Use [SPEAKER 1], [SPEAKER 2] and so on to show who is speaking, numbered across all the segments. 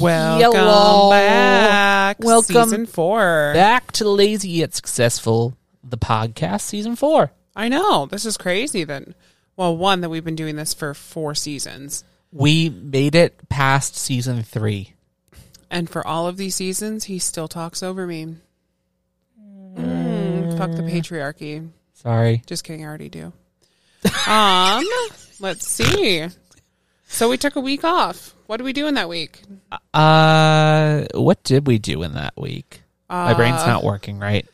[SPEAKER 1] Welcome
[SPEAKER 2] Hello.
[SPEAKER 1] back.
[SPEAKER 2] Welcome
[SPEAKER 1] Season four.
[SPEAKER 2] Back to Lazy Yet Successful, the podcast, season four.
[SPEAKER 1] I know. This is crazy that, well, one, that we've been doing this for four seasons.
[SPEAKER 2] We made it past season three.
[SPEAKER 1] And for all of these seasons, he still talks over me. Mm, fuck the patriarchy.
[SPEAKER 2] Sorry.
[SPEAKER 1] Just kidding. I already do. Um, let's see. So we took a week off. What did we do in that week?
[SPEAKER 2] Uh, what did we do in that week? My brain's not working right.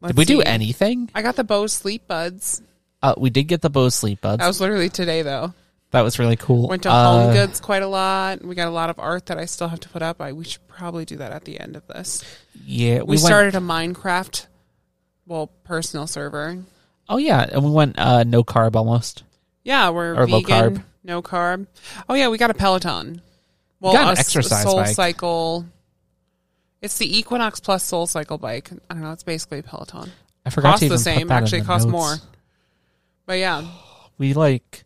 [SPEAKER 1] let's
[SPEAKER 2] Did we do
[SPEAKER 1] see.
[SPEAKER 2] anything?
[SPEAKER 1] I got the Bose sleep buds.
[SPEAKER 2] Uh, we did get the Bose sleep buds.
[SPEAKER 1] That was literally today, though.
[SPEAKER 2] That was really cool.
[SPEAKER 1] Went to
[SPEAKER 2] Uh,
[SPEAKER 1] Home Goods quite a lot. We got a lot of art that I still have to put up. I we should probably do that at the end of this.
[SPEAKER 2] Yeah, we,
[SPEAKER 1] We,
[SPEAKER 2] went-
[SPEAKER 1] started a Minecraft, well, personal server.
[SPEAKER 2] Oh yeah, and we went uh, no carb almost.
[SPEAKER 1] Yeah, we're
[SPEAKER 2] Or low
[SPEAKER 1] vegan,
[SPEAKER 2] carb.
[SPEAKER 1] no carb. Oh yeah, we got a Peloton. Well,
[SPEAKER 2] got an
[SPEAKER 1] a s-
[SPEAKER 2] exercise
[SPEAKER 1] Soul
[SPEAKER 2] bike.
[SPEAKER 1] Cycle. It's the Equinox Plus Soul Cycle bike. I don't know. It's basically a Peloton.
[SPEAKER 2] I forgot
[SPEAKER 1] Costs
[SPEAKER 2] to even
[SPEAKER 1] the
[SPEAKER 2] put
[SPEAKER 1] same.
[SPEAKER 2] that in
[SPEAKER 1] Actually, it
[SPEAKER 2] the
[SPEAKER 1] costs
[SPEAKER 2] notes.
[SPEAKER 1] more. But yeah,
[SPEAKER 2] We like,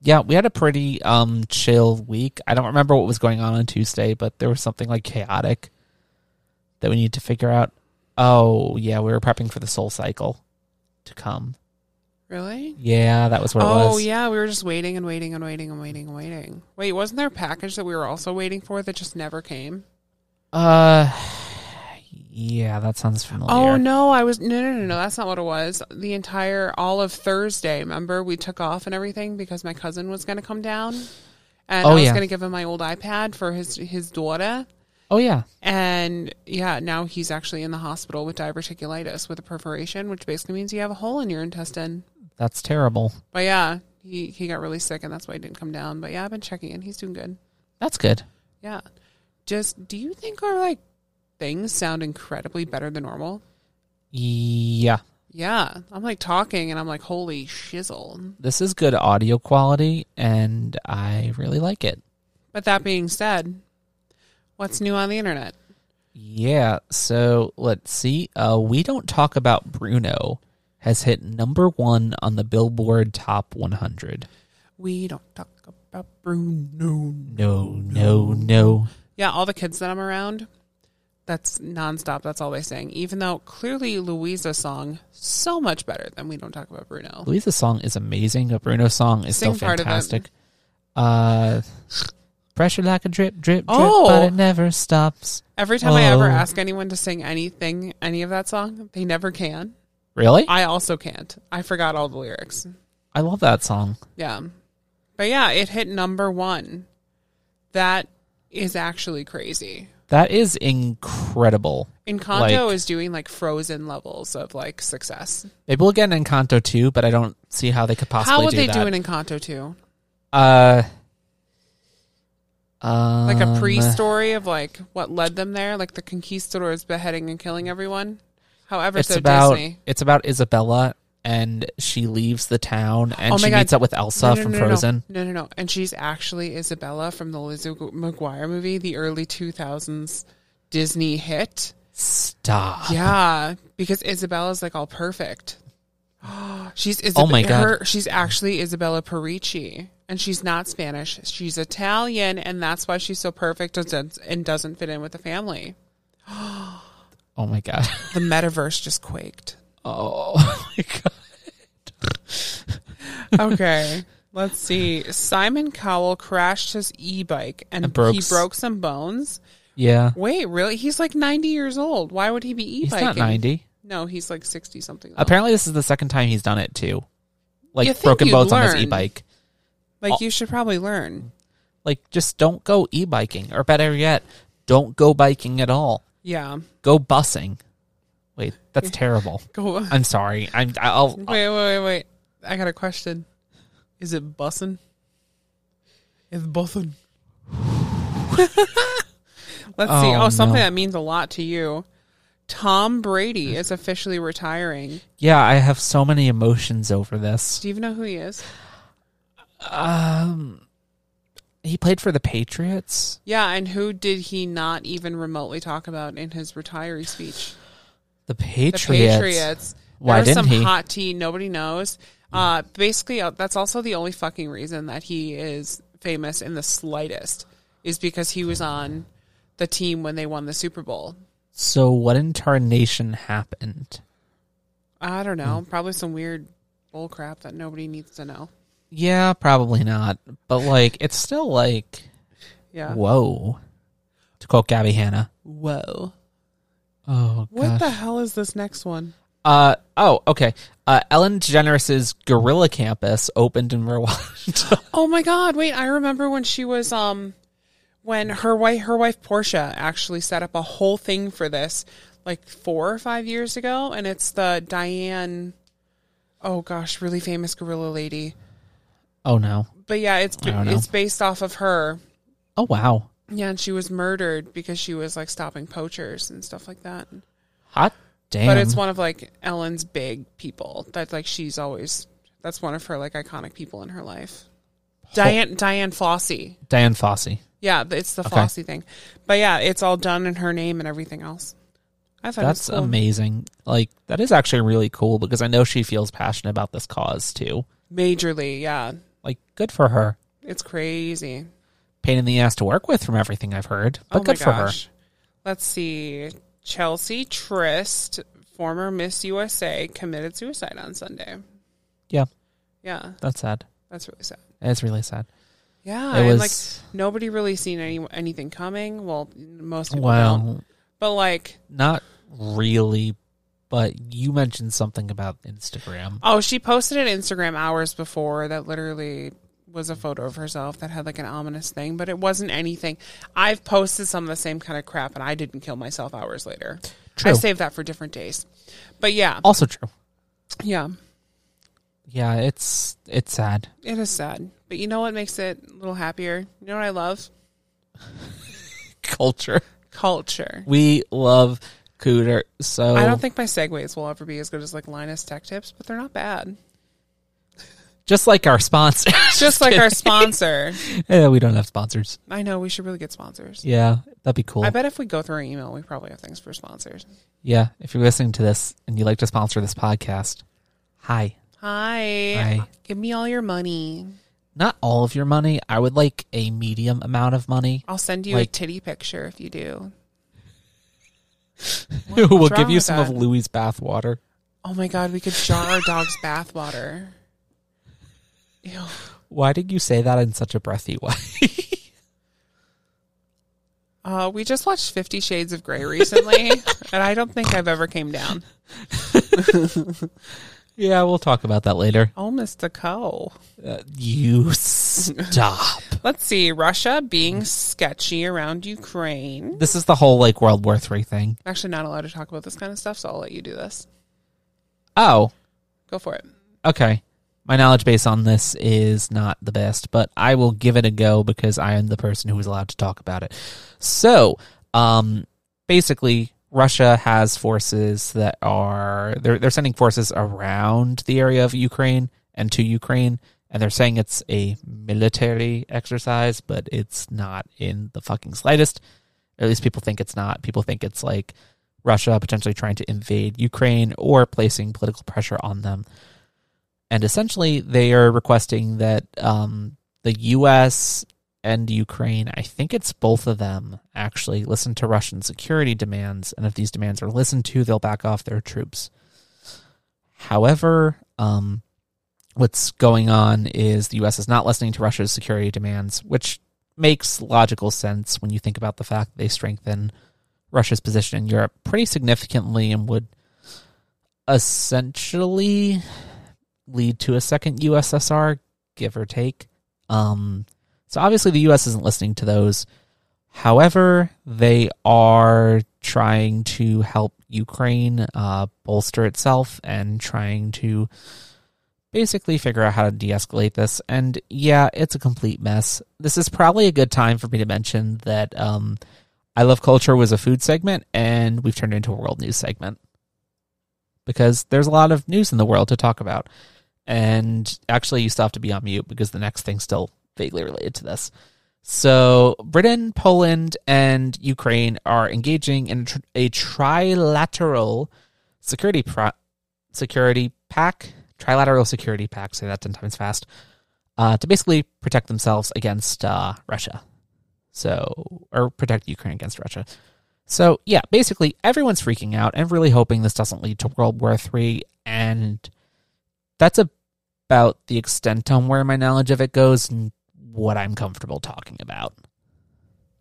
[SPEAKER 2] yeah, we had a pretty um chill week. I don't remember what was going on on Tuesday, but there was something like chaotic that we need to figure out. Oh yeah, we were prepping for the Soul Cycle to come.
[SPEAKER 1] really.
[SPEAKER 2] Yeah, that was what it
[SPEAKER 1] Oh
[SPEAKER 2] was.
[SPEAKER 1] yeah, we were just waiting and waiting and waiting and waiting and waiting. Wait, wasn't there a package that we were also waiting for that just never came?
[SPEAKER 2] Uh, yeah, that sounds familiar.
[SPEAKER 1] Oh no, I was no no no no. That's not what it was. The entire all of Thursday. Remember, we took off and everything because my cousin was going to come down, and
[SPEAKER 2] Oh,
[SPEAKER 1] I was
[SPEAKER 2] yeah.
[SPEAKER 1] going to give him my old iPad for his his daughter.
[SPEAKER 2] Oh yeah,
[SPEAKER 1] And yeah, now he's actually in the hospital with diverticulitis with a perforation, which basically means you have a hole in your intestine.
[SPEAKER 2] that's terrible.
[SPEAKER 1] But yeah, he he got really sick, and that's why he didn't come down. But yeah, I've been checking in. He's doing good.
[SPEAKER 2] That's good.
[SPEAKER 1] Yeah. Just do you think our like things sound incredibly better than normal?
[SPEAKER 2] Yeah.
[SPEAKER 1] Yeah. I'm like talking and I'm like, holy shizzle.
[SPEAKER 2] this is good audio quality and I really like it.
[SPEAKER 1] But that being said, what's new on the internet?
[SPEAKER 2] Yeah, so let's see. Uh, we don't talk about Bruno has hit number one on the Billboard Top 100.
[SPEAKER 1] We don't talk about Bruno.
[SPEAKER 2] No, no, no.
[SPEAKER 1] Yeah, all the kids that I'm around, that's nonstop. That's all they sing. Even though clearly Louisa's song so much better than we don't talk about Bruno.
[SPEAKER 2] Louisa's song is amazing. The Bruno song is
[SPEAKER 1] Sing
[SPEAKER 2] so
[SPEAKER 1] part of it.
[SPEAKER 2] fantastic. Uh, pressure like a drip, drip, drip,
[SPEAKER 1] Oh.
[SPEAKER 2] but it never stops.
[SPEAKER 1] Every time I ever
[SPEAKER 2] Oh.
[SPEAKER 1] ask anyone to sing anything, any of that song, they never can.
[SPEAKER 2] Really?
[SPEAKER 1] I also can't. I forgot all the lyrics.
[SPEAKER 2] I love that song.
[SPEAKER 1] Yeah. But yeah, it hit number one. That is actually crazy.
[SPEAKER 2] That is incredible.
[SPEAKER 1] Encanto
[SPEAKER 2] Like-
[SPEAKER 1] is doing like frozen levels of like success.
[SPEAKER 2] Maybe we'll get an Encanto too, but I don't see how they could possibly
[SPEAKER 1] How would
[SPEAKER 2] do
[SPEAKER 1] they
[SPEAKER 2] that.
[SPEAKER 1] do an Encanto too?
[SPEAKER 2] Uh,
[SPEAKER 1] Like a
[SPEAKER 2] um,
[SPEAKER 1] pre story of like what led them there, like the conquistadors beheading and killing everyone. However,
[SPEAKER 2] It's
[SPEAKER 1] so
[SPEAKER 2] about
[SPEAKER 1] Disney.
[SPEAKER 2] it's about Isabella and she leaves the town and
[SPEAKER 1] Oh my
[SPEAKER 2] she
[SPEAKER 1] God.
[SPEAKER 2] meets up with Elsa
[SPEAKER 1] No, no,
[SPEAKER 2] from
[SPEAKER 1] no, no,
[SPEAKER 2] Frozen.
[SPEAKER 1] No. no, no, no. And she's actually Isabella from the Lizzie McGuire movie, the early 2000s Disney hit.
[SPEAKER 2] Stop.
[SPEAKER 1] Yeah, because Isabella's like all perfect. she's Isab-
[SPEAKER 2] Oh my God.
[SPEAKER 1] her- she's actually Isabella Perici, and she's not Spanish. She's Italian, and that's why she's so perfect and does- and doesn't fit in with the family.
[SPEAKER 2] Oh my god.
[SPEAKER 1] The metaverse just quaked.
[SPEAKER 2] Oh my god.
[SPEAKER 1] Okay. Let's see. Simon Cowell crashed his e-bike and
[SPEAKER 2] And broke
[SPEAKER 1] he
[SPEAKER 2] s-
[SPEAKER 1] broke some bones.
[SPEAKER 2] Yeah.
[SPEAKER 1] Wait, really? He's like 90 years old. Why would he be
[SPEAKER 2] He's
[SPEAKER 1] e-biking?
[SPEAKER 2] not ninety.
[SPEAKER 1] No, he's like 60 something. though.
[SPEAKER 2] Apparently, this is the second time he's done it too.
[SPEAKER 1] You
[SPEAKER 2] Like
[SPEAKER 1] think
[SPEAKER 2] broken
[SPEAKER 1] you'd
[SPEAKER 2] bones on his
[SPEAKER 1] learn.
[SPEAKER 2] e-bike.
[SPEAKER 1] Like you should probably learn.
[SPEAKER 2] Like just don't go e-biking, or better yet, don't go biking at all.
[SPEAKER 1] Yeah.
[SPEAKER 2] Go busing. Wait, that's terrible.
[SPEAKER 1] Go
[SPEAKER 2] I'm sorry. I'm. I'll.
[SPEAKER 1] Wait, wait, wait, wait. I got a question. Is it bussin? It's bussin. Let's see.
[SPEAKER 2] Oh,
[SPEAKER 1] Oh, something
[SPEAKER 2] no.
[SPEAKER 1] that means a lot to you. Tom Brady is officially retiring.
[SPEAKER 2] Yeah, I have so many emotions over this.
[SPEAKER 1] Do you even know who he is?
[SPEAKER 2] Um, he played for the Patriots.
[SPEAKER 1] Yeah, and who did he not even remotely talk about in his retiree speech?
[SPEAKER 2] The
[SPEAKER 1] The
[SPEAKER 2] Patriots.
[SPEAKER 1] Patriots.
[SPEAKER 2] Why
[SPEAKER 1] there was
[SPEAKER 2] didn't
[SPEAKER 1] some
[SPEAKER 2] he?
[SPEAKER 1] hot tea nobody knows. Uh, basically, uh, that's also the only fucking reason that he is famous in the slightest is because he was on the team when they won the Super Bowl.
[SPEAKER 2] So what incarnation happened?
[SPEAKER 1] I don't
[SPEAKER 2] Hmm.
[SPEAKER 1] know. Probably some weird bull crap that nobody needs to know.
[SPEAKER 2] Yeah, probably not. But like, it's still like,
[SPEAKER 1] Yeah.
[SPEAKER 2] Uh, whoa. To quote Gabby Hanna.
[SPEAKER 1] Whoa.
[SPEAKER 2] Oh
[SPEAKER 1] What
[SPEAKER 2] gosh.
[SPEAKER 1] the hell is this next one?
[SPEAKER 2] Uh oh, okay. Uh, Ellen DeGeneres' Gorilla Campus opened in Rwanda.
[SPEAKER 1] Oh my god, wait, I remember when she was um when her wife her wife Portia actually set up a whole thing for this like 4 or 5 years ago and it's the Diane Oh gosh, really famous gorilla lady.
[SPEAKER 2] oh no.
[SPEAKER 1] But yeah, it's
[SPEAKER 2] don't know.
[SPEAKER 1] it's based off of her.
[SPEAKER 2] Oh wow.
[SPEAKER 1] Yeah, and she was murdered because she was like stopping poachers and stuff like that.
[SPEAKER 2] Hot damn.
[SPEAKER 1] But it's one of like Ellen's big people that like she's always that's one of her like iconic people in her life. Diane Diane Fossey.
[SPEAKER 2] Diane Fossey.
[SPEAKER 1] Yeah, th- it's the Flossie thing. But yeah, it's all done in her name and everything else. I thought
[SPEAKER 2] That's
[SPEAKER 1] it was cool.
[SPEAKER 2] amazing. Like that is actually really cool because I know she feels passionate about this cause too.
[SPEAKER 1] majorly. Yeah,
[SPEAKER 2] Like good for her.
[SPEAKER 1] it's crazy.
[SPEAKER 2] Pain in the ass to work with from everything I've heard. But
[SPEAKER 1] oh
[SPEAKER 2] good
[SPEAKER 1] my
[SPEAKER 2] for her.
[SPEAKER 1] gosh. Let's see. Chelsea Trist, former Miss USA, committed suicide on Sunday.
[SPEAKER 2] Yeah,
[SPEAKER 1] Yeah,
[SPEAKER 2] that's sad.
[SPEAKER 1] that's really sad.
[SPEAKER 2] It's really sad.
[SPEAKER 1] Yeah,
[SPEAKER 2] It
[SPEAKER 1] and
[SPEAKER 2] was-
[SPEAKER 1] like nobody really seen any anything coming. Well, most people don't.
[SPEAKER 2] Well,
[SPEAKER 1] But like,
[SPEAKER 2] not really, but you mentioned something about Instagram.
[SPEAKER 1] oh, she posted an Instagram hours before that literally was a photo of herself that had like an ominous thing, but it wasn't anything. I've posted some of the same kind of crap, and I didn't kill myself hours later. I
[SPEAKER 2] True.
[SPEAKER 1] saved that for different days. But yeah,
[SPEAKER 2] Also true.
[SPEAKER 1] yeah,
[SPEAKER 2] Yeah, it's it's sad.
[SPEAKER 1] it is sad. But you know what makes it a little happier? You know what I love?
[SPEAKER 2] Culture.
[SPEAKER 1] Culture.
[SPEAKER 2] We love Cooter. So
[SPEAKER 1] I don't think my segues will ever be as good as like Linus Tech Tips, but they're not bad.
[SPEAKER 2] just like our sponsors.
[SPEAKER 1] Just like our sponsor.
[SPEAKER 2] yeah, we don't have sponsors.
[SPEAKER 1] I know we should really get sponsors.
[SPEAKER 2] Yeah, that'd be cool.
[SPEAKER 1] I bet if we go through our email, we probably have things for sponsors.
[SPEAKER 2] Yeah, if you're listening to this and you'd like to sponsor this podcast, hi.
[SPEAKER 1] Hi.
[SPEAKER 2] Hi.
[SPEAKER 1] Give me all your money.
[SPEAKER 2] Not all of your money. I would like a medium amount of money.
[SPEAKER 1] I'll send you a
[SPEAKER 2] Like-
[SPEAKER 1] titty picture if you do.
[SPEAKER 2] we'll
[SPEAKER 1] what's
[SPEAKER 2] give
[SPEAKER 1] wrong
[SPEAKER 2] you
[SPEAKER 1] with
[SPEAKER 2] some
[SPEAKER 1] that?
[SPEAKER 2] of Louis' bathwater.
[SPEAKER 1] Oh my god, we could jar our dog's bath water. Ew.
[SPEAKER 2] Why did you say that in such a breathy way?
[SPEAKER 1] Uh, we just watched Fifty Shades of Grey recently, and I don't think I've ever came down.
[SPEAKER 2] yeah, we'll talk about that later.
[SPEAKER 1] Oh, Mr. Co.
[SPEAKER 2] Uh, you stop.
[SPEAKER 1] Let's see. Russia being sketchy around Ukraine.
[SPEAKER 2] this is the whole like World War Three thing.
[SPEAKER 1] I'm actually not allowed to talk about this kind of stuff, so I'll let you do this.
[SPEAKER 2] Oh,
[SPEAKER 1] Go for it.
[SPEAKER 2] okay. My knowledge base on this is not the best, but I will give it a go because I am the person who is allowed to talk about it. So, um, basically, Russia has forces that are they're they're sending forces around the area of Ukraine and to Ukraine, and they're saying it's a military exercise, but it's not in the fucking slightest. At least people think it's not. People think it's like Russia potentially trying to invade Ukraine or placing political pressure on them and essentially they are requesting that um, the U.S. and Ukraine, I think it's both of them, actually listen to Russian security demands, and if these demands are listened to, they'll back off their troops. However, um, what's going on is the U.S. is not listening to Russia's security demands, which makes logical sense when you think about the fact that they strengthen Russia's position in Europe pretty significantly and would essentially lead to a second USSR, give or take. Um, so obviously the US isn't listening to those. However, they are trying to help Ukraine uh, bolster itself and trying to basically figure out how to de-escalate this. And yeah, it's a complete mess. This is probably a good time for me to mention that um, I Love Culture was a food segment, and we've turned it into a world news segment because there's a lot of news in the world to talk about. And actually, you still have to be on mute because the next thing's still vaguely related to this. So, Britain, Poland, and Ukraine are engaging in a, tr- a trilateral security pro- security pack, trilateral security pack. Say that ten times fast. Uh, to basically protect themselves against uh, Russia. So, or protect Ukraine against Russia. So, yeah, basically everyone's freaking out and really hoping this doesn't lead to World War III. And that's about the extent on where my knowledge of it goes and what I'm comfortable talking about.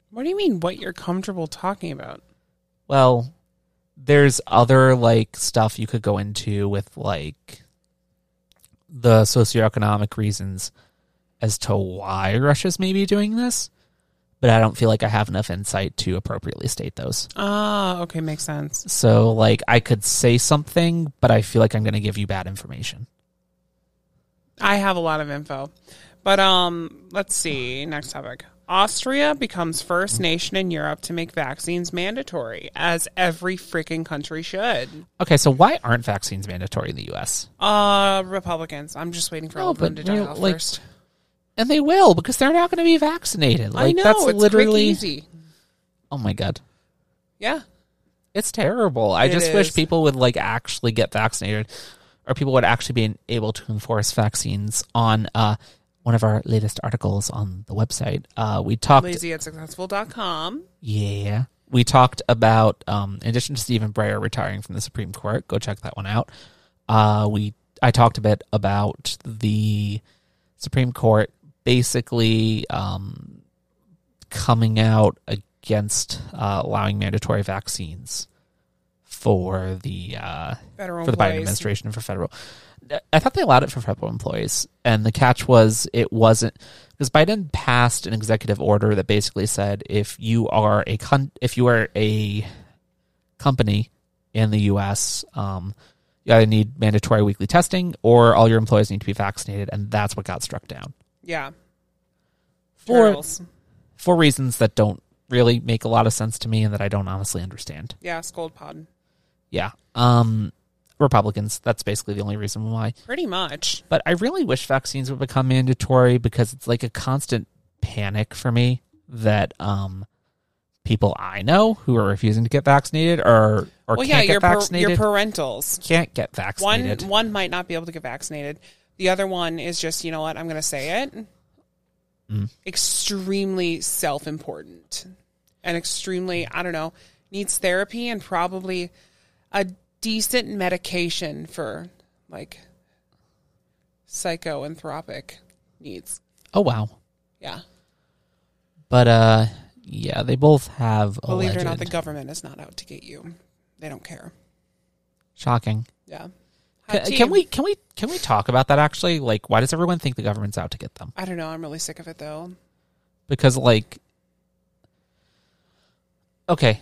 [SPEAKER 1] What do you mean what you're comfortable talking about?
[SPEAKER 2] Well, there's other like stuff you could go into with like the socioeconomic reasons as to why Russia's maybe doing this, but I don't feel like I have enough insight to appropriately state those.
[SPEAKER 1] Ah, okay, makes sense.
[SPEAKER 2] So like I could say something, but I feel like I'm going to give you bad information.
[SPEAKER 1] I have a lot of info. But um let's see, next topic. Austria becomes first nation in Europe to make vaccines mandatory, as every freaking country should.
[SPEAKER 2] Okay, so why aren't vaccines mandatory in the US?
[SPEAKER 1] Uh Republicans. I'm just waiting for all of them to die
[SPEAKER 2] you know,
[SPEAKER 1] off
[SPEAKER 2] like,
[SPEAKER 1] first.
[SPEAKER 2] and they will because they're not going to be vaccinated. Like
[SPEAKER 1] I know
[SPEAKER 2] that's
[SPEAKER 1] it's
[SPEAKER 2] literally
[SPEAKER 1] quick, easy.
[SPEAKER 2] Oh my god.
[SPEAKER 1] Yeah.
[SPEAKER 2] It's terrible. I
[SPEAKER 1] It
[SPEAKER 2] just wish
[SPEAKER 1] is.
[SPEAKER 2] people would like actually get vaccinated, or people would actually be able to enforce vaccines. On uh, one of our latest articles on the website, uh, we talked.
[SPEAKER 1] Lazy at successful.com.
[SPEAKER 2] Yeah, we talked about. Um, in addition to Stephen Breyer retiring from the Supreme Court, go check that one out. Uh, we I talked a bit about the Supreme Court basically um, coming out against uh, allowing mandatory vaccines for the. Uh,
[SPEAKER 1] Federal
[SPEAKER 2] for the Biden
[SPEAKER 1] employees.
[SPEAKER 2] administration for federal. I thought they allowed it for federal employees, and the catch was it wasn't because Biden passed an executive order that basically said if you are a con- if you are a company in the U.S. Um, you either need mandatory weekly testing or all your employees need to be vaccinated, and that's what got struck down
[SPEAKER 1] Yeah.
[SPEAKER 2] For-
[SPEAKER 1] Turtles.
[SPEAKER 2] for reasons that don't really make a lot of sense to me and that I don't honestly understand.
[SPEAKER 1] Yeah, scold pod.
[SPEAKER 2] Yeah, um, Republicans. That's basically the only reason why.
[SPEAKER 1] Pretty much.
[SPEAKER 2] But I really wish vaccines would become mandatory because it's like a constant panic for me that um, people I know who are refusing to get vaccinated or or
[SPEAKER 1] well,
[SPEAKER 2] can't
[SPEAKER 1] yeah,
[SPEAKER 2] get
[SPEAKER 1] your, par- your
[SPEAKER 2] vaccinated
[SPEAKER 1] parentals.
[SPEAKER 2] can't get
[SPEAKER 1] One
[SPEAKER 2] vaccinated.
[SPEAKER 1] one might not be able to get vaccinated. The other one is just, you know what, I'm going to say it.
[SPEAKER 2] Mm.
[SPEAKER 1] Extremely self-important and extremely, I don't know, needs therapy and probably a decent medication for like psychoanthropic needs.
[SPEAKER 2] oh wow!
[SPEAKER 1] Yeah.
[SPEAKER 2] But uh, yeah, they both have
[SPEAKER 1] Believe it or
[SPEAKER 2] alleged-
[SPEAKER 1] not, the government is not out to get you. They don't care.
[SPEAKER 2] shocking.
[SPEAKER 1] Yeah.
[SPEAKER 2] Can,
[SPEAKER 1] Hot tea.
[SPEAKER 2] can we can we can we talk about that actually? Like, why does everyone think the government's out to get them?
[SPEAKER 1] I don't know. I'm really sick of it though.
[SPEAKER 2] because like okay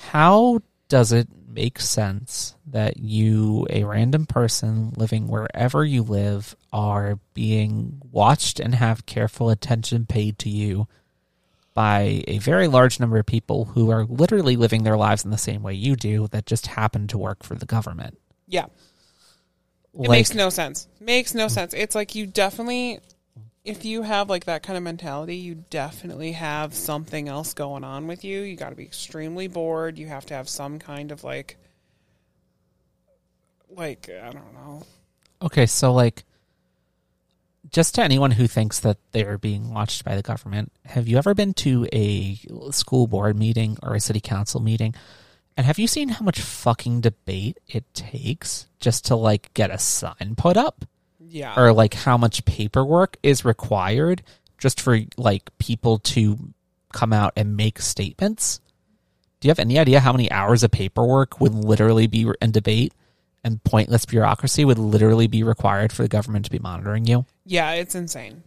[SPEAKER 2] how does it make sense that you a random person living wherever you live are being watched and have careful attention paid to you by a very large number of people who are literally living their lives in the same way you do that just happen to work for the government
[SPEAKER 1] Yeah. It
[SPEAKER 2] Like-
[SPEAKER 1] makes no sense. Makes no sense. It's like you definitely, if you have like that kind of mentality, you definitely have something else going on with you. You got to be extremely bored. You have to have some kind of like, like I don't know.
[SPEAKER 2] Okay, so like just to anyone who thinks that they're being watched by the government, have you ever been to a school board meeting or a city council meeting? And have you seen how much fucking debate it takes just to like get a sign put up
[SPEAKER 1] Yeah.
[SPEAKER 2] or like how much paperwork is required just for like people to come out and make statements? Do you have any idea how many hours of paperwork would literally be in debate and pointless bureaucracy would literally be required for the government to be monitoring you?
[SPEAKER 1] yeah. It's insane.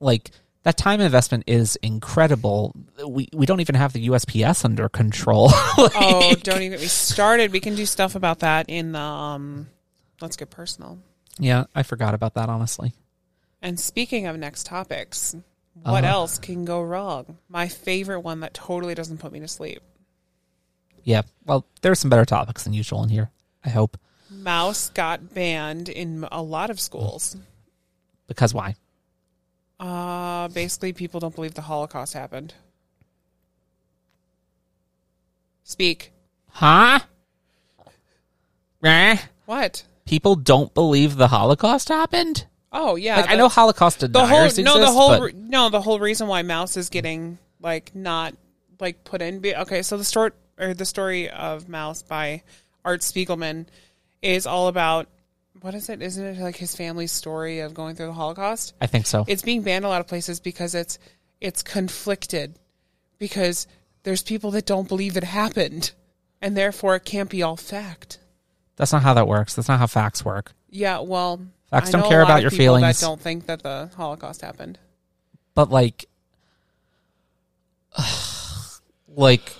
[SPEAKER 2] Like that time investment is incredible. We we don't even have the USPS under control. Like,
[SPEAKER 1] Oh, don't even get me started. We can do stuff about that in the. Um, let's get personal.
[SPEAKER 2] yeah, I forgot about that honestly.
[SPEAKER 1] And speaking of next topics, what
[SPEAKER 2] Uh-huh.
[SPEAKER 1] else can go wrong? My favorite one that totally doesn't put me to sleep.
[SPEAKER 2] Yeah. Well, there's some better topics than usual in here. I hope.
[SPEAKER 1] Mouse got banned in a lot of schools.
[SPEAKER 2] Because why?
[SPEAKER 1] Uh, basically, people don't believe the Holocaust happened. Speak.
[SPEAKER 2] Huh? Meh?
[SPEAKER 1] What?
[SPEAKER 2] People don't believe the Holocaust happened.
[SPEAKER 1] Oh yeah,
[SPEAKER 2] Like I
[SPEAKER 1] the-
[SPEAKER 2] know Holocaust
[SPEAKER 1] the whole
[SPEAKER 2] deniers
[SPEAKER 1] no the
[SPEAKER 2] exist,
[SPEAKER 1] whole
[SPEAKER 2] but-
[SPEAKER 1] re- no the whole reason why Mouse is getting like not like put in. Be- Okay, so the story or the story of Mouse by Art Spiegelman is all about what is it? Isn't it like his family's story of going through the Holocaust?
[SPEAKER 2] I think so.
[SPEAKER 1] It's being banned a lot of places because it's it's conflicted because there's people that don't believe it happened and therefore it can't be all fact.
[SPEAKER 2] That's not how that works. That's not how facts work.
[SPEAKER 1] Yeah, well,
[SPEAKER 2] Facts
[SPEAKER 1] I
[SPEAKER 2] don't
[SPEAKER 1] know a
[SPEAKER 2] care
[SPEAKER 1] lot
[SPEAKER 2] about
[SPEAKER 1] of
[SPEAKER 2] your
[SPEAKER 1] people
[SPEAKER 2] feelings.
[SPEAKER 1] That don't think that the Holocaust happened.
[SPEAKER 2] But like, like,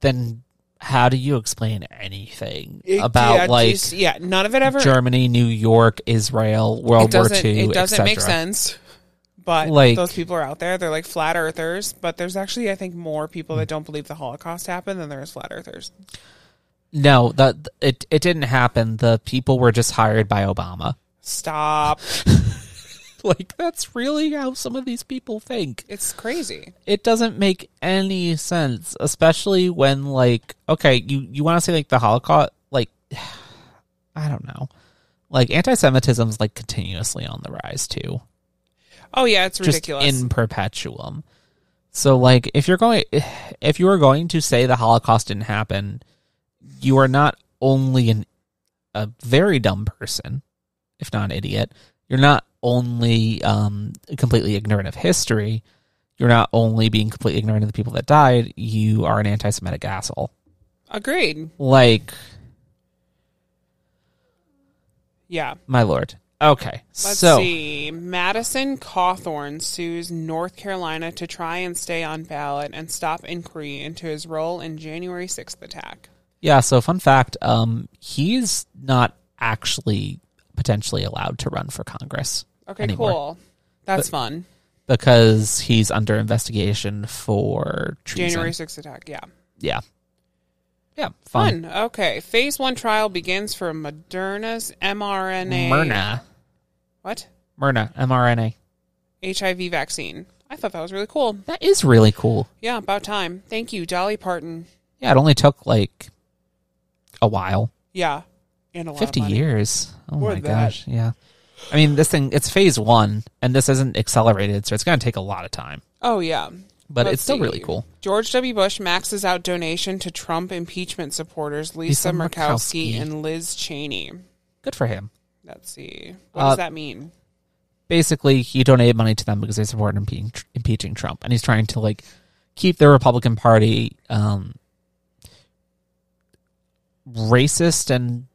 [SPEAKER 2] then how do you explain anything about
[SPEAKER 1] yeah,
[SPEAKER 2] like
[SPEAKER 1] just- yeah, none of it ever.
[SPEAKER 2] Germany, New York, Israel,
[SPEAKER 1] it
[SPEAKER 2] World War
[SPEAKER 1] doesn't.
[SPEAKER 2] II,
[SPEAKER 1] it doesn't
[SPEAKER 2] etc.?
[SPEAKER 1] make sense. But
[SPEAKER 2] Like-
[SPEAKER 1] those people are out there. They're like flat earthers. But there's actually, I think, more people that don't believe the Holocaust happened than there is flat earthers.
[SPEAKER 2] No, that it it didn't happen. The people were just hired by Obama.
[SPEAKER 1] Stop!
[SPEAKER 2] Like that's really how some of these people think.
[SPEAKER 1] It's crazy.
[SPEAKER 2] it doesn't make any sense, especially when like okay, you you want to say like the Holocaust, like I don't know, like anti-Semitism's like continuously on the rise too,
[SPEAKER 1] Oh yeah, it's
[SPEAKER 2] just
[SPEAKER 1] ridiculous.
[SPEAKER 2] in perpetuum. So like if you're going if you were going to say the Holocaust didn't happen, you are not only an a very dumb person, if not an idiot. You're not only um, completely ignorant of history. You're not only being completely ignorant of the people that died. You are an anti-Semitic asshole.
[SPEAKER 1] Agreed.
[SPEAKER 2] Like
[SPEAKER 1] Yeah.
[SPEAKER 2] my lord. Okay,
[SPEAKER 1] Let's
[SPEAKER 2] so
[SPEAKER 1] see. Madison Cawthorn sues North Carolina to try and stay on ballot and stop inquiry into his role in January 6th attack.
[SPEAKER 2] yeah. So fun fact: um, he's not actually potentially allowed to run for Congress.
[SPEAKER 1] Okay,
[SPEAKER 2] anymore
[SPEAKER 1] cool. That's fun.
[SPEAKER 2] Because he's under investigation for treason.
[SPEAKER 1] January 6th attack, yeah.
[SPEAKER 2] Yeah. Yeah. Fun.
[SPEAKER 1] Fun. Okay. Phase one trial begins for Moderna's mRNA.
[SPEAKER 2] Myrna.
[SPEAKER 1] What?
[SPEAKER 2] Myrna. mRNA.
[SPEAKER 1] HIV vaccine. I thought that was really cool.
[SPEAKER 2] That is really cool.
[SPEAKER 1] Yeah, about time. Thank you, Dolly Parton.
[SPEAKER 2] Yeah, it only took like a while.
[SPEAKER 1] Yeah. And a lot
[SPEAKER 2] Fifty
[SPEAKER 1] of money.
[SPEAKER 2] years. Oh
[SPEAKER 1] More
[SPEAKER 2] my
[SPEAKER 1] than that.
[SPEAKER 2] gosh. Yeah. I mean this thing it's phase one and this isn't accelerated, so it's gonna take a lot of time.
[SPEAKER 1] Oh, yeah.
[SPEAKER 2] But
[SPEAKER 1] Let's
[SPEAKER 2] it's still
[SPEAKER 1] see.
[SPEAKER 2] really cool.
[SPEAKER 1] George W. Bush maxes out donation to Trump impeachment supporters Lisa,
[SPEAKER 2] Lisa
[SPEAKER 1] Murkowski,
[SPEAKER 2] Murkowski.
[SPEAKER 1] and Liz Cheney.
[SPEAKER 2] Good for him.
[SPEAKER 1] Let's see. What
[SPEAKER 2] Uh,
[SPEAKER 1] does that mean?
[SPEAKER 2] Basically he donated money to them because they support impeaching, impeaching Trump and he's trying to like keep the Republican Party um racist and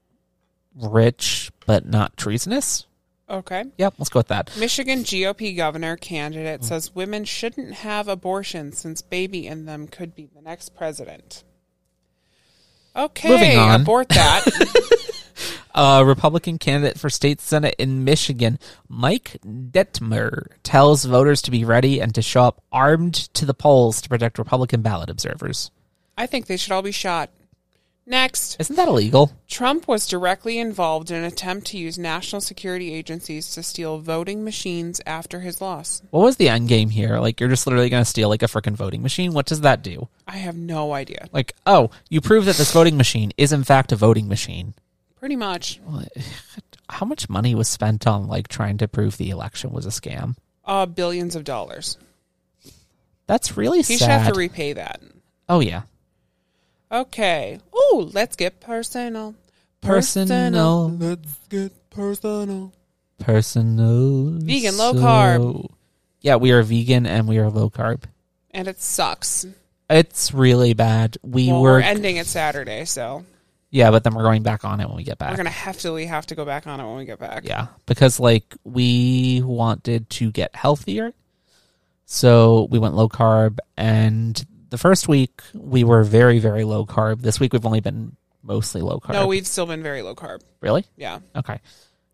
[SPEAKER 2] rich but not treasonous.
[SPEAKER 1] Okay.
[SPEAKER 2] Yeah, let's go with that.
[SPEAKER 1] Michigan GOP governor candidate says women shouldn't have abortions since baby in them could be the next president. Okay,
[SPEAKER 2] Moving on.
[SPEAKER 1] abort that.
[SPEAKER 2] A Republican candidate for state senate in Michigan, Mike Detmer, tells voters to be ready and to show up armed to the polls to protect Republican ballot observers.
[SPEAKER 1] I think they should all be shot. Next,
[SPEAKER 2] Isn't that illegal?
[SPEAKER 1] Trump was directly involved in an attempt to use national security agencies to steal voting machines after his loss.
[SPEAKER 2] What was the end game here? Like, you're just literally going to steal like a freaking voting machine? What does that do?
[SPEAKER 1] I have no idea.
[SPEAKER 2] Like, oh, you prove that this voting machine is in fact a voting machine.
[SPEAKER 1] Pretty much.
[SPEAKER 2] How much money was spent on like trying to prove the election was a scam?
[SPEAKER 1] Uh, billions of dollars.
[SPEAKER 2] That's really
[SPEAKER 1] He should have
[SPEAKER 2] sad.
[SPEAKER 1] to repay that.
[SPEAKER 2] oh yeah,
[SPEAKER 1] Okay. Oh, let's get personal.
[SPEAKER 2] Personal.
[SPEAKER 1] Let's get personal.
[SPEAKER 2] personal
[SPEAKER 1] Vegan, low carb.
[SPEAKER 2] Yeah, we are vegan and we are low carb.
[SPEAKER 1] And it sucks.
[SPEAKER 2] It's really bad. We
[SPEAKER 1] Well,
[SPEAKER 2] were
[SPEAKER 1] we're ending it Saturday, so
[SPEAKER 2] yeah, but then we're going back on it when we get
[SPEAKER 1] we're
[SPEAKER 2] back.
[SPEAKER 1] gonna heftily have to go back on it when we get back.
[SPEAKER 2] yeah, because like we wanted to get healthier, so we went low carb. And the first week we were very very low carb. This week we've only been mostly low carb.
[SPEAKER 1] No, we've still been very low carb.
[SPEAKER 2] really
[SPEAKER 1] Yeah.
[SPEAKER 2] okay.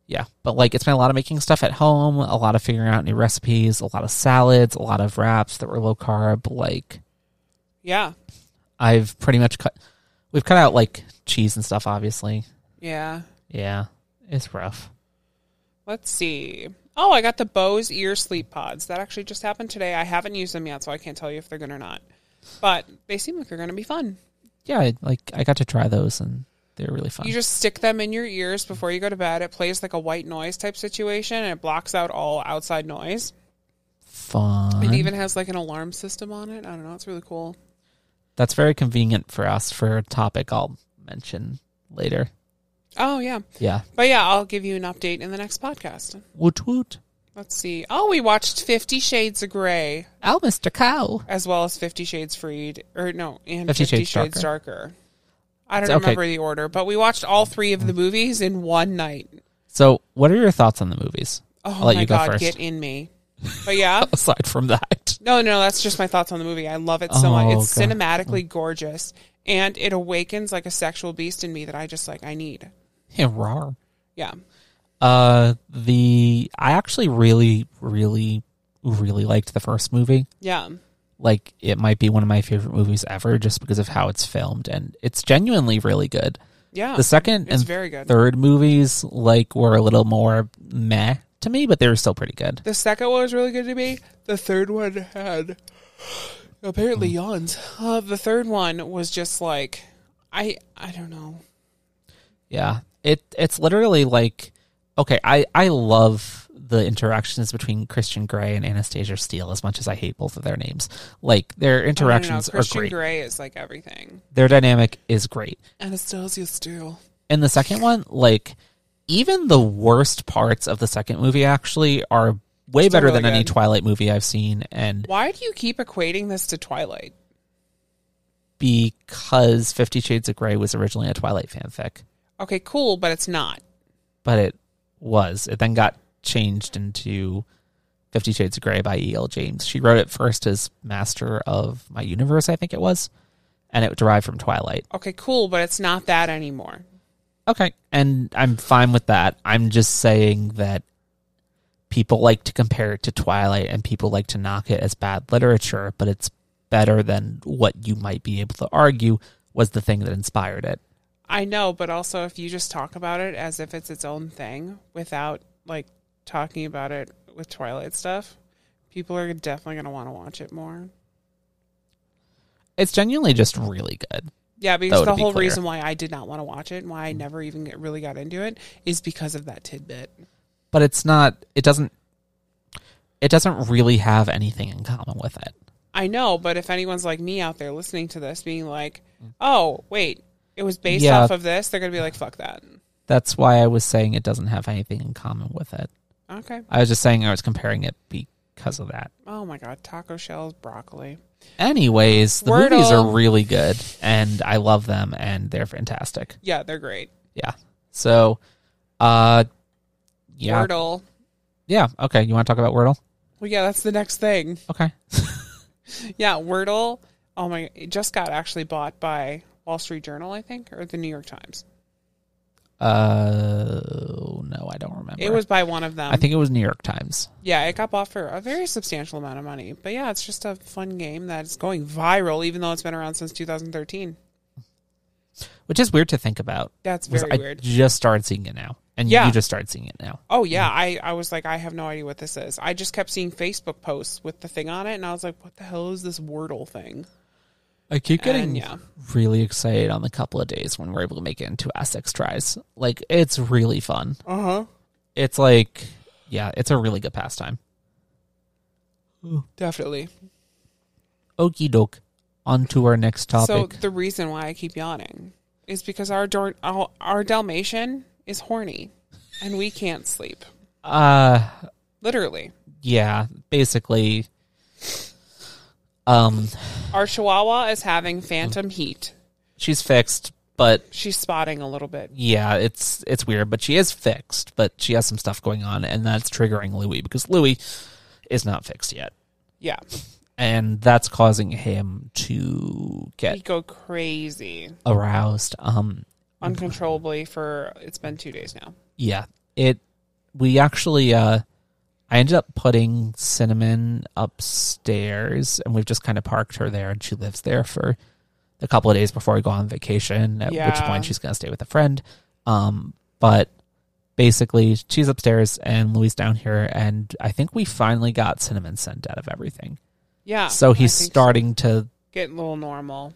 [SPEAKER 2] Yeah, but like it's been a lot of making stuff at home, a lot of figuring out new recipes, a lot of salads, a lot of wraps that were low carb. Like
[SPEAKER 1] Yeah.
[SPEAKER 2] I've pretty much cut. We've cut out like cheese and stuff, obviously.
[SPEAKER 1] Yeah.
[SPEAKER 2] Yeah, it's rough.
[SPEAKER 1] Let's see. Oh, I got the Bose ear sleep pods. That actually just happened today. I haven't used them yet, so I can't tell you if they're good or not. But they seem like they're gonna be fun.
[SPEAKER 2] Yeah, I, like I got to try those and they're really fun.
[SPEAKER 1] You just stick them in your ears before you go to bed. It plays like a white noise type situation and it blocks out all outside noise.
[SPEAKER 2] fun. fun.
[SPEAKER 1] It even has like an alarm system on it. I don't know. It's really cool.
[SPEAKER 2] That's very convenient for us for a topic I'll mention later.
[SPEAKER 1] Oh yeah,
[SPEAKER 2] Yeah.
[SPEAKER 1] but yeah, I'll give you an update in the next podcast.
[SPEAKER 2] Woot woot.
[SPEAKER 1] Let's see. Oh, we watched Fifty Shades of Grey
[SPEAKER 2] Oh, Mr. Cow.
[SPEAKER 1] as well as Fifty Shades Freed, or no, and
[SPEAKER 2] Fifty
[SPEAKER 1] Fifty,
[SPEAKER 2] Shades
[SPEAKER 1] Shades, Darker. I don't
[SPEAKER 2] It's okay. Mm.
[SPEAKER 1] remember the order, but we watched all three of the movies in one night.
[SPEAKER 2] So, what are your thoughts on the movies?
[SPEAKER 1] Oh
[SPEAKER 2] I'll let
[SPEAKER 1] my
[SPEAKER 2] you go
[SPEAKER 1] god,
[SPEAKER 2] first.
[SPEAKER 1] get in me. But yeah,
[SPEAKER 2] Aside from that,
[SPEAKER 1] No, no, that's just my thoughts on the movie. I love it so
[SPEAKER 2] Oh,
[SPEAKER 1] much. It's
[SPEAKER 2] God.
[SPEAKER 1] cinematically gorgeous, and it awakens like a sexual beast in me that I just like. I need.
[SPEAKER 2] yeah, rawr.
[SPEAKER 1] Yeah,
[SPEAKER 2] Uh, the I actually really, really, really liked the first movie.
[SPEAKER 1] yeah,
[SPEAKER 2] Like, it might be one of my favorite movies ever, just because of how it's filmed, and it's genuinely really good.
[SPEAKER 1] yeah.
[SPEAKER 2] The second
[SPEAKER 1] it's
[SPEAKER 2] and
[SPEAKER 1] very good.
[SPEAKER 2] third movies, like, were a little more meh to me, but they were still pretty good.
[SPEAKER 1] The second one was really good to me. The third one had apparently
[SPEAKER 2] Hmm.
[SPEAKER 1] yawns. Uh, the third one was just like I I don't know.
[SPEAKER 2] Yeah. It it's literally like okay, I I love the interactions between Christian Grey and Anastasia Steele as much as I hate both of their names. Like their
[SPEAKER 1] Oh, I don't know.
[SPEAKER 2] interactions are
[SPEAKER 1] Christian
[SPEAKER 2] great.
[SPEAKER 1] Grey is like everything.
[SPEAKER 2] Their dynamic is great.
[SPEAKER 1] Anastasia Steele.
[SPEAKER 2] And the second one, like even the worst parts of the second movie actually are way better than
[SPEAKER 1] really
[SPEAKER 2] any
[SPEAKER 1] good.
[SPEAKER 2] Twilight movie I've seen and
[SPEAKER 1] Why do you keep equating this to Twilight?
[SPEAKER 2] because 50 Shades of Grey was originally a Twilight fanfic,
[SPEAKER 1] Okay, cool, but it's not.
[SPEAKER 2] but it was. It then got changed into Fifty Shades of Grey by E.L. James. She wrote it first as Master of My Universe, I think it was, and it derived from Twilight.
[SPEAKER 1] Okay, cool, but it's not that anymore.
[SPEAKER 2] Okay. And I'm fine with that. I'm just saying that people like to compare it to Twilight and people like to knock it as bad literature, but it's better than what you might be able to argue was the thing that inspired it.
[SPEAKER 1] I know, but also if you just talk about it as if it's its own thing without like talking about it with Twilight stuff, people are definitely going to want to watch it more.
[SPEAKER 2] It's genuinely just really good.
[SPEAKER 1] Yeah, because
[SPEAKER 2] Though, to
[SPEAKER 1] the
[SPEAKER 2] be
[SPEAKER 1] whole
[SPEAKER 2] clear. Mm-hmm.
[SPEAKER 1] reason why I did not want to watch it and why I never even get, really got into it is because of that tidbit.
[SPEAKER 2] But it's not it doesn't it doesn't really have anything in common with it.
[SPEAKER 1] I know, but if anyone's like me out there listening to this being like, "Oh, wait, it was based
[SPEAKER 2] Mm. Yeah.
[SPEAKER 1] off of this," they're going to be like, "Fuck that."
[SPEAKER 2] That's why I was saying it doesn't have anything in common with it.
[SPEAKER 1] Okay.
[SPEAKER 2] I was just saying I was comparing it because of that.
[SPEAKER 1] Oh my god, taco shells, broccoli.
[SPEAKER 2] Anyways, the
[SPEAKER 1] Wordle.
[SPEAKER 2] movies are really good and I love them and they're fantastic.
[SPEAKER 1] Yeah, they're great.
[SPEAKER 2] Yeah. So uh yeah.
[SPEAKER 1] Wordle.
[SPEAKER 2] Yeah, okay. You want to talk about Wordle?
[SPEAKER 1] Well, yeah, that's the next thing.
[SPEAKER 2] Okay.
[SPEAKER 1] Yeah, Wordle. Oh my! It just got actually bought by Wall Street Journal, I think, or the New York Times.
[SPEAKER 2] Uh no, I don't remember.
[SPEAKER 1] It was um, by one of them.
[SPEAKER 2] I think it was New York Times.
[SPEAKER 1] Yeah, it got bought for a very substantial amount of money. But yeah, it's just a fun game that's going viral, even though it's been around since 2013.
[SPEAKER 2] Which is weird to think about.
[SPEAKER 1] That's
[SPEAKER 2] 'cause
[SPEAKER 1] very
[SPEAKER 2] I
[SPEAKER 1] weird.
[SPEAKER 2] just started seeing it now. And
[SPEAKER 1] Yeah.
[SPEAKER 2] you just started seeing it now.
[SPEAKER 1] Oh yeah, I I was like, I have no idea what this is. I just kept seeing Facebook posts with the thing on it, and I was like, what the hell is this Wordle thing?
[SPEAKER 2] I keep
[SPEAKER 1] And,
[SPEAKER 2] getting
[SPEAKER 1] yeah.
[SPEAKER 2] really excited on the couple of days when we're able to make it into Essex tries. Like it's really fun.
[SPEAKER 1] Uh huh.
[SPEAKER 2] It's like yeah, it's a really good pastime.
[SPEAKER 1] Definitely.
[SPEAKER 2] Okie doke. On to our next
[SPEAKER 1] So
[SPEAKER 2] topic.
[SPEAKER 1] the reason why I keep yawning is because our Dor- our, our Dalmatian is horny, and we can't sleep.
[SPEAKER 2] uh
[SPEAKER 1] Literally,
[SPEAKER 2] yeah, basically um
[SPEAKER 1] our Chihuahua is having phantom heat.
[SPEAKER 2] she's fixed, but
[SPEAKER 1] She's spotting a little bit.
[SPEAKER 2] yeah, it's it's weird, but she is fixed, but she has some stuff going on and that's triggering Louis because Louis is not fixed yet.
[SPEAKER 1] Yeah,
[SPEAKER 2] And that's causing him to
[SPEAKER 1] we
[SPEAKER 2] get
[SPEAKER 1] go crazy
[SPEAKER 2] aroused. Um
[SPEAKER 1] uncontrollably for it's been two days now.
[SPEAKER 2] Yeah. It we actually uh I ended up putting Cinnamon upstairs and we've just kind of parked her there and she lives there for a couple of days before we go on vacation, at which
[SPEAKER 1] Yeah.
[SPEAKER 2] point she's going to stay with a friend. Um but basically she's upstairs and Louis down here and I think we finally got Cinnamon sent out of everything.
[SPEAKER 1] Yeah,
[SPEAKER 2] so he's
[SPEAKER 1] Ah, I think
[SPEAKER 2] starting to
[SPEAKER 1] getting a little normal.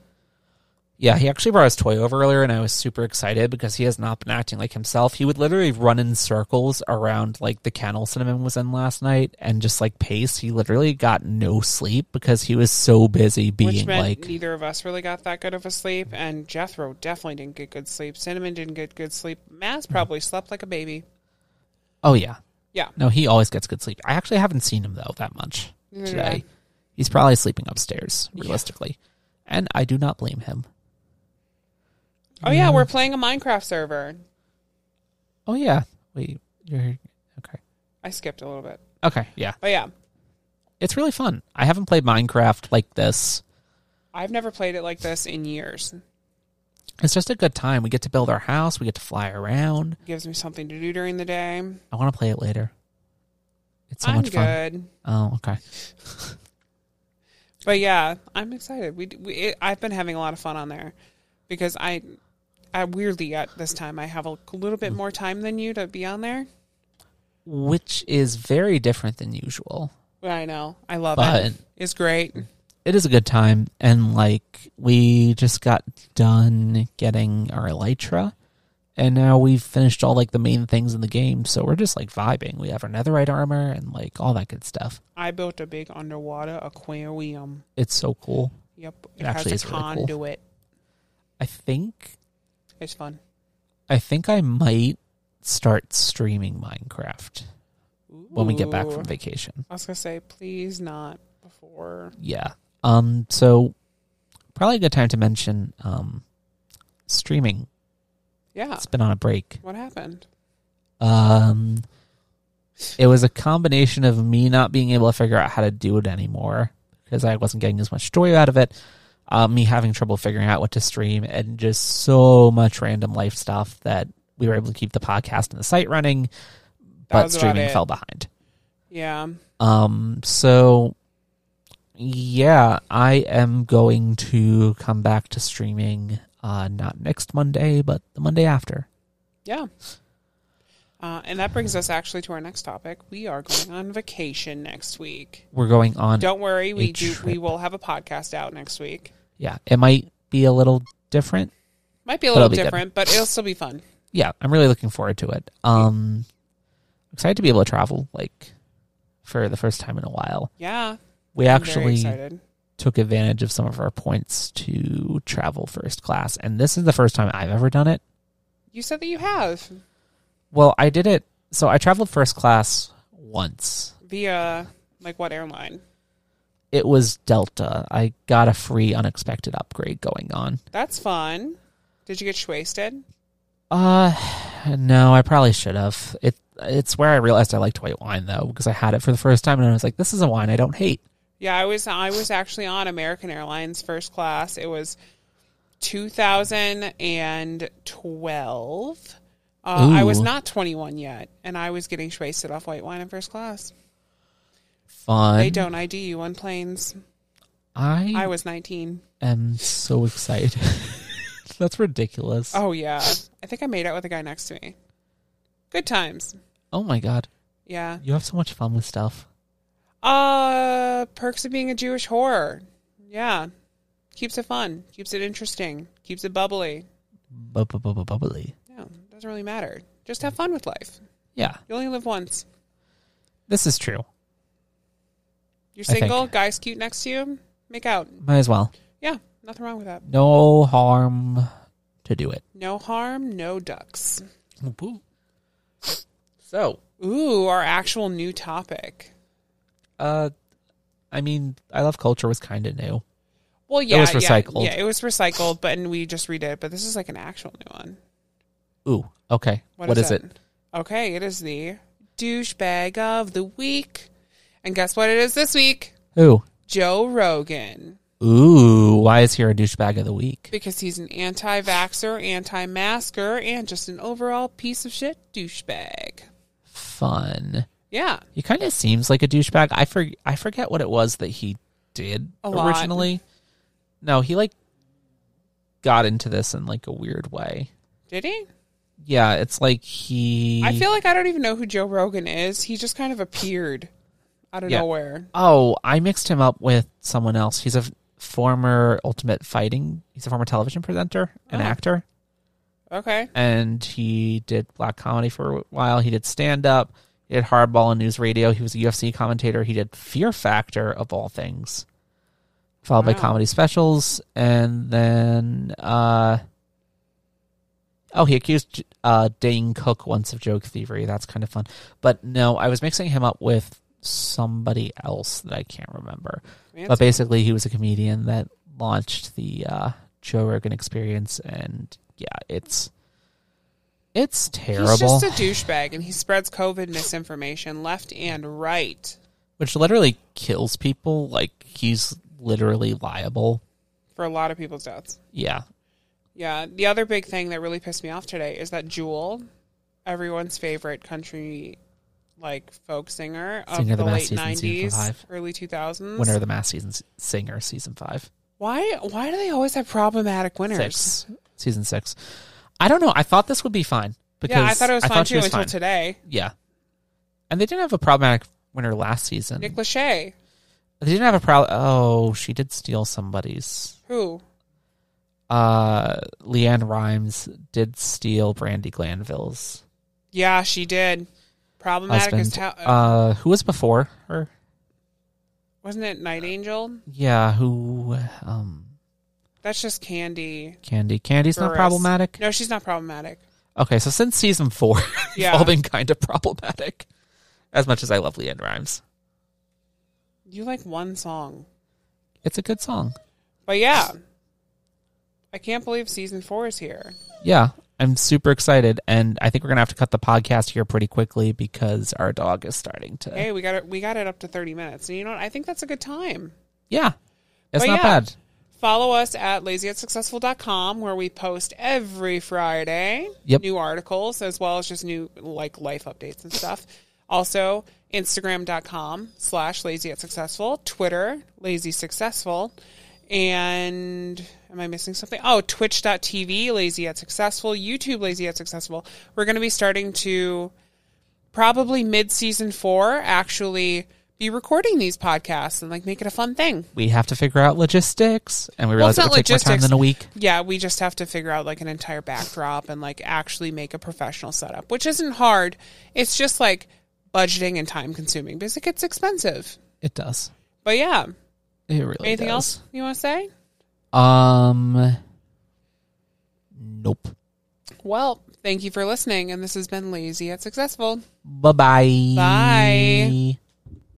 [SPEAKER 2] Yeah, he actually brought his toy over earlier, and I was super excited because he has not been acting like himself. He would literally run in circles around like the kennel Cinnamon was in last night, and just like pace. He literally got no sleep because he was so busy
[SPEAKER 1] which
[SPEAKER 2] being
[SPEAKER 1] meant
[SPEAKER 2] like,
[SPEAKER 1] neither of us really got that good of a sleep. And Jethro definitely didn't get good sleep. Cinnamon didn't get good sleep. Maz probably slept like a baby.
[SPEAKER 2] "Oh yeah,
[SPEAKER 1] Yeah.
[SPEAKER 2] no, he always gets good sleep." I actually haven't seen him though that much
[SPEAKER 1] Neither did
[SPEAKER 2] today.
[SPEAKER 1] I.
[SPEAKER 2] He's probably sleeping upstairs, realistically, and I do not blame him.
[SPEAKER 1] Oh yeah,
[SPEAKER 2] Mm.
[SPEAKER 1] we're playing a Minecraft server.
[SPEAKER 2] Oh yeah, wait, you're okay.
[SPEAKER 1] I skipped a little bit,
[SPEAKER 2] Okay, yeah,
[SPEAKER 1] but yeah,
[SPEAKER 2] it's really fun. I haven't played Minecraft like this.
[SPEAKER 1] I've never played it like this in years.
[SPEAKER 2] It's just a good time. We get to build our house. We get to fly around.
[SPEAKER 1] gives me something to do during the day.
[SPEAKER 2] I want to play it later. It's so
[SPEAKER 1] I'm
[SPEAKER 2] much fun.
[SPEAKER 1] good,
[SPEAKER 2] Oh, okay.
[SPEAKER 1] but yeah, I'm excited. We, we it, I've been having a lot of fun on there because I, I weirdly at this time I have a little
[SPEAKER 2] Mm.
[SPEAKER 1] bit more time than you to be on there.
[SPEAKER 2] Which is very different than usual.
[SPEAKER 1] I know, I love
[SPEAKER 2] But-
[SPEAKER 1] it. It's great.
[SPEAKER 2] It is a good time. And like, we just got done getting our Elytra. And now we've finished all like the main things in the game. So we're just like vibing. We have our netherite armor and like all that good stuff.
[SPEAKER 1] I built a big underwater aquarium.
[SPEAKER 2] It's so cool.
[SPEAKER 1] Yep,
[SPEAKER 2] It actually
[SPEAKER 1] has
[SPEAKER 2] is
[SPEAKER 1] a
[SPEAKER 2] really cool.
[SPEAKER 1] conduit.
[SPEAKER 2] I think,
[SPEAKER 1] It's fun.
[SPEAKER 2] I think I might start streaming Minecraft when we get back
[SPEAKER 1] Ooh.
[SPEAKER 2] from vacation.
[SPEAKER 1] I was gonna say, please not before.
[SPEAKER 2] yeah. Um. So probably a good time to mention um, streaming.
[SPEAKER 1] Yeah,
[SPEAKER 2] It's been on a break.
[SPEAKER 1] what happened?
[SPEAKER 2] Um, it was a combination of me not being able to figure out how to do it anymore because I wasn't getting as much joy out of it. Uh, me having trouble figuring out what to stream and just so much random life stuff that we were able to keep the podcast and the site running, but
[SPEAKER 1] was about
[SPEAKER 2] streaming
[SPEAKER 1] it.
[SPEAKER 2] fell behind.
[SPEAKER 1] Yeah,
[SPEAKER 2] Um, so yeah, I am going to come back to streaming uh not next Monday, but the Monday after.
[SPEAKER 1] yeah. Uh, and that brings us actually to our next topic. We are going on vacation next week.
[SPEAKER 2] We're going on
[SPEAKER 1] Don't worry, we do. We
[SPEAKER 2] trip.
[SPEAKER 1] will have a podcast out next week.
[SPEAKER 2] yeah, it might be a little different.
[SPEAKER 1] Might be
[SPEAKER 2] But
[SPEAKER 1] a
[SPEAKER 2] it'll
[SPEAKER 1] little
[SPEAKER 2] be good.
[SPEAKER 1] different, but it'll still be fun.
[SPEAKER 2] Yeah, I'm really looking forward to it. Um excited to be able to travel like for the first time in a while.
[SPEAKER 1] Yeah,
[SPEAKER 2] We
[SPEAKER 1] I'm very
[SPEAKER 2] actually
[SPEAKER 1] excited.
[SPEAKER 2] took advantage of some of our points to travel first class and this is the first time I've ever done it.
[SPEAKER 1] You said that you have
[SPEAKER 2] Well, I did it so I traveled first class once
[SPEAKER 1] via like what airline?
[SPEAKER 2] it was Delta. I got a free unexpected upgrade going on.
[SPEAKER 1] That's fun. Did you get wasted?
[SPEAKER 2] Uh no, I probably should have. It it's where I realized I liked white wine though because I had it for the first time and I was like this is a wine I don't hate.
[SPEAKER 1] Yeah, I was I was actually on American Airlines first class. It was 2012. Uh, I was
[SPEAKER 2] Ooh.
[SPEAKER 1] not 21 yet, and I was getting wasted off white wine in first class.
[SPEAKER 2] Fun.
[SPEAKER 1] They don't ID you on planes.
[SPEAKER 2] I,
[SPEAKER 1] I was 19.
[SPEAKER 2] am so excited. That's ridiculous. Oh.
[SPEAKER 1] Oh yeah, I think I made out with a guy next to me. Good times.
[SPEAKER 2] Oh my god.
[SPEAKER 1] Yeah.
[SPEAKER 2] You have so much fun with stuff.
[SPEAKER 1] Uh, perks of being a Jewish whore. Yeah, keeps it fun, keeps it interesting, keeps it bubbly.
[SPEAKER 2] Bu- bu- bu- bu- Bubbly.
[SPEAKER 1] Yeah, doesn't really matter. Just have fun with life.
[SPEAKER 2] Yeah.
[SPEAKER 1] You only live once.
[SPEAKER 2] This is true.
[SPEAKER 1] You're
[SPEAKER 2] I think.
[SPEAKER 1] single, guy's cute next to you, make out.
[SPEAKER 2] Might as well.
[SPEAKER 1] Yeah, nothing wrong with that.
[SPEAKER 2] No harm to do it.
[SPEAKER 1] No harm, no ducks.
[SPEAKER 2] So,
[SPEAKER 1] Ooh, our actual new topic.
[SPEAKER 2] uh I mean, I love culture was kind of new.
[SPEAKER 1] Well, yeah,
[SPEAKER 2] was
[SPEAKER 1] yeah,
[SPEAKER 2] recycled.
[SPEAKER 1] Yeah, it was recycled, but and we just read it. But this is like an actual new one.
[SPEAKER 2] Ooh, okay. what is, it?
[SPEAKER 1] Okay, it is the douchebag of the week, and guess what? It is this week,
[SPEAKER 2] Who?
[SPEAKER 1] Joe Rogan,
[SPEAKER 2] Ooh, why is here a douchebag of the week?
[SPEAKER 1] because he's an anti-vaxer, anti-masker, and just an overall piece of shit douchebag.
[SPEAKER 2] Fun.
[SPEAKER 1] Yeah,
[SPEAKER 2] He kind of seems like a douchebag. I for, I forget what it was that he did
[SPEAKER 1] A lot.
[SPEAKER 2] originally. No, he like got into this in like a weird way.
[SPEAKER 1] did he?
[SPEAKER 2] Yeah, it's like he.
[SPEAKER 1] I feel like I don't even know who Joe Rogan is. He just kind of appeared out of
[SPEAKER 2] Yeah.
[SPEAKER 1] nowhere.
[SPEAKER 2] Oh, I mixed him up with someone else. He's a former Ultimate Fighting. He's a former television presenter, an
[SPEAKER 1] Oh.
[SPEAKER 2] actor,
[SPEAKER 1] Okay.
[SPEAKER 2] and he did black comedy for a while. He did stand up. He did hardball and news radio. He was a UFC commentator. He did Fear Factor of all things, followed by
[SPEAKER 1] Wow.
[SPEAKER 2] comedy specials, and then uh, oh, he accused uh, Dane Cook once of joke thievery. That's kind of fun. But no, I was mixing him up with somebody else that I can't remember. But basically, he was a comedian that launched the uh, Joe Rogan Experience, and yeah, it's it's terrible.
[SPEAKER 1] He's just a douchebag and he spreads COVID misinformation left and right
[SPEAKER 2] which literally kills people. Like he's literally liable.
[SPEAKER 1] for a lot of people's deaths.
[SPEAKER 2] Yeah,
[SPEAKER 1] Yeah. The other big thing that really pissed me off today is that Jewel, everyone's favorite country like folk singer of
[SPEAKER 2] Singer of
[SPEAKER 1] the,
[SPEAKER 2] the Masked
[SPEAKER 1] late
[SPEAKER 2] Season, season
[SPEAKER 1] nineties,
[SPEAKER 2] five.
[SPEAKER 1] early two thousands.
[SPEAKER 2] winner of the Mass season, singer season five,
[SPEAKER 1] Why why do they always have problematic winners?
[SPEAKER 2] six, season six. I don't know. I thought this would be fine because
[SPEAKER 1] Yeah, I thought it was fine
[SPEAKER 2] she
[SPEAKER 1] too
[SPEAKER 2] was
[SPEAKER 1] until
[SPEAKER 2] fine.
[SPEAKER 1] today.
[SPEAKER 2] Yeah, and they didn't have a problematic winner last season.
[SPEAKER 1] Nick Lachey.
[SPEAKER 2] They didn't have a problem. Oh, she did steal somebody's.
[SPEAKER 1] Who?
[SPEAKER 2] uh Leanne Rhymes did steal Brandy Glanville's
[SPEAKER 1] Yeah, she did. Problematic as
[SPEAKER 2] husband.
[SPEAKER 1] hell.
[SPEAKER 2] uh who was before her?
[SPEAKER 1] Wasn't it Night Angel?
[SPEAKER 2] Yeah, who um
[SPEAKER 1] That's just Candy.
[SPEAKER 2] Candy. Candy's not
[SPEAKER 1] Burris.
[SPEAKER 2] problematic.
[SPEAKER 1] No, she's not problematic.
[SPEAKER 2] Okay, so since season four they've
[SPEAKER 1] Yeah.
[SPEAKER 2] all been kind of problematic. As much as I love Leanne Rhymes.
[SPEAKER 1] You like one song.
[SPEAKER 2] It's a good song.
[SPEAKER 1] But yeah. I can't believe season four is here.
[SPEAKER 2] Yeah. I'm super excited and I think we're gonna have to cut the podcast here pretty quickly because our dog is starting to
[SPEAKER 1] Hey, we got it we got it up to thirty minutes. And you know what? I think that's a good time.
[SPEAKER 2] Yeah. It's
[SPEAKER 1] But
[SPEAKER 2] not
[SPEAKER 1] yeah.
[SPEAKER 2] bad.
[SPEAKER 1] Follow us at lazyatsuccessful.com where we post every Friday
[SPEAKER 2] Yep.
[SPEAKER 1] new articles as well as just new like life updates and stuff. Also, Instagram.com slash lazy at successful, Twitter, lazy successful, and am I missing something? Oh, twitch.tv, lazy at successful, YouTube, lazy at successful. We're going to be starting to probably mid season four actually be recording these podcasts and like make it a fun thing.
[SPEAKER 2] We have to figure out logistics and we
[SPEAKER 1] Well,
[SPEAKER 2] realize
[SPEAKER 1] it's
[SPEAKER 2] it
[SPEAKER 1] not
[SPEAKER 2] will take more time
[SPEAKER 1] logistics.
[SPEAKER 2] than a week.
[SPEAKER 1] Yeah, we just have to figure out like an entire backdrop and like actually make a professional setup, which isn't hard. It's just like budgeting and time consuming because it gets expensive.
[SPEAKER 2] It does.
[SPEAKER 1] But yeah,
[SPEAKER 2] It really
[SPEAKER 1] anything
[SPEAKER 2] does.
[SPEAKER 1] else you want to say?
[SPEAKER 2] else? Um Nope.
[SPEAKER 1] Well, thank you for listening. And this has been Lazy at Successful.
[SPEAKER 2] Bye-bye.
[SPEAKER 1] Bye.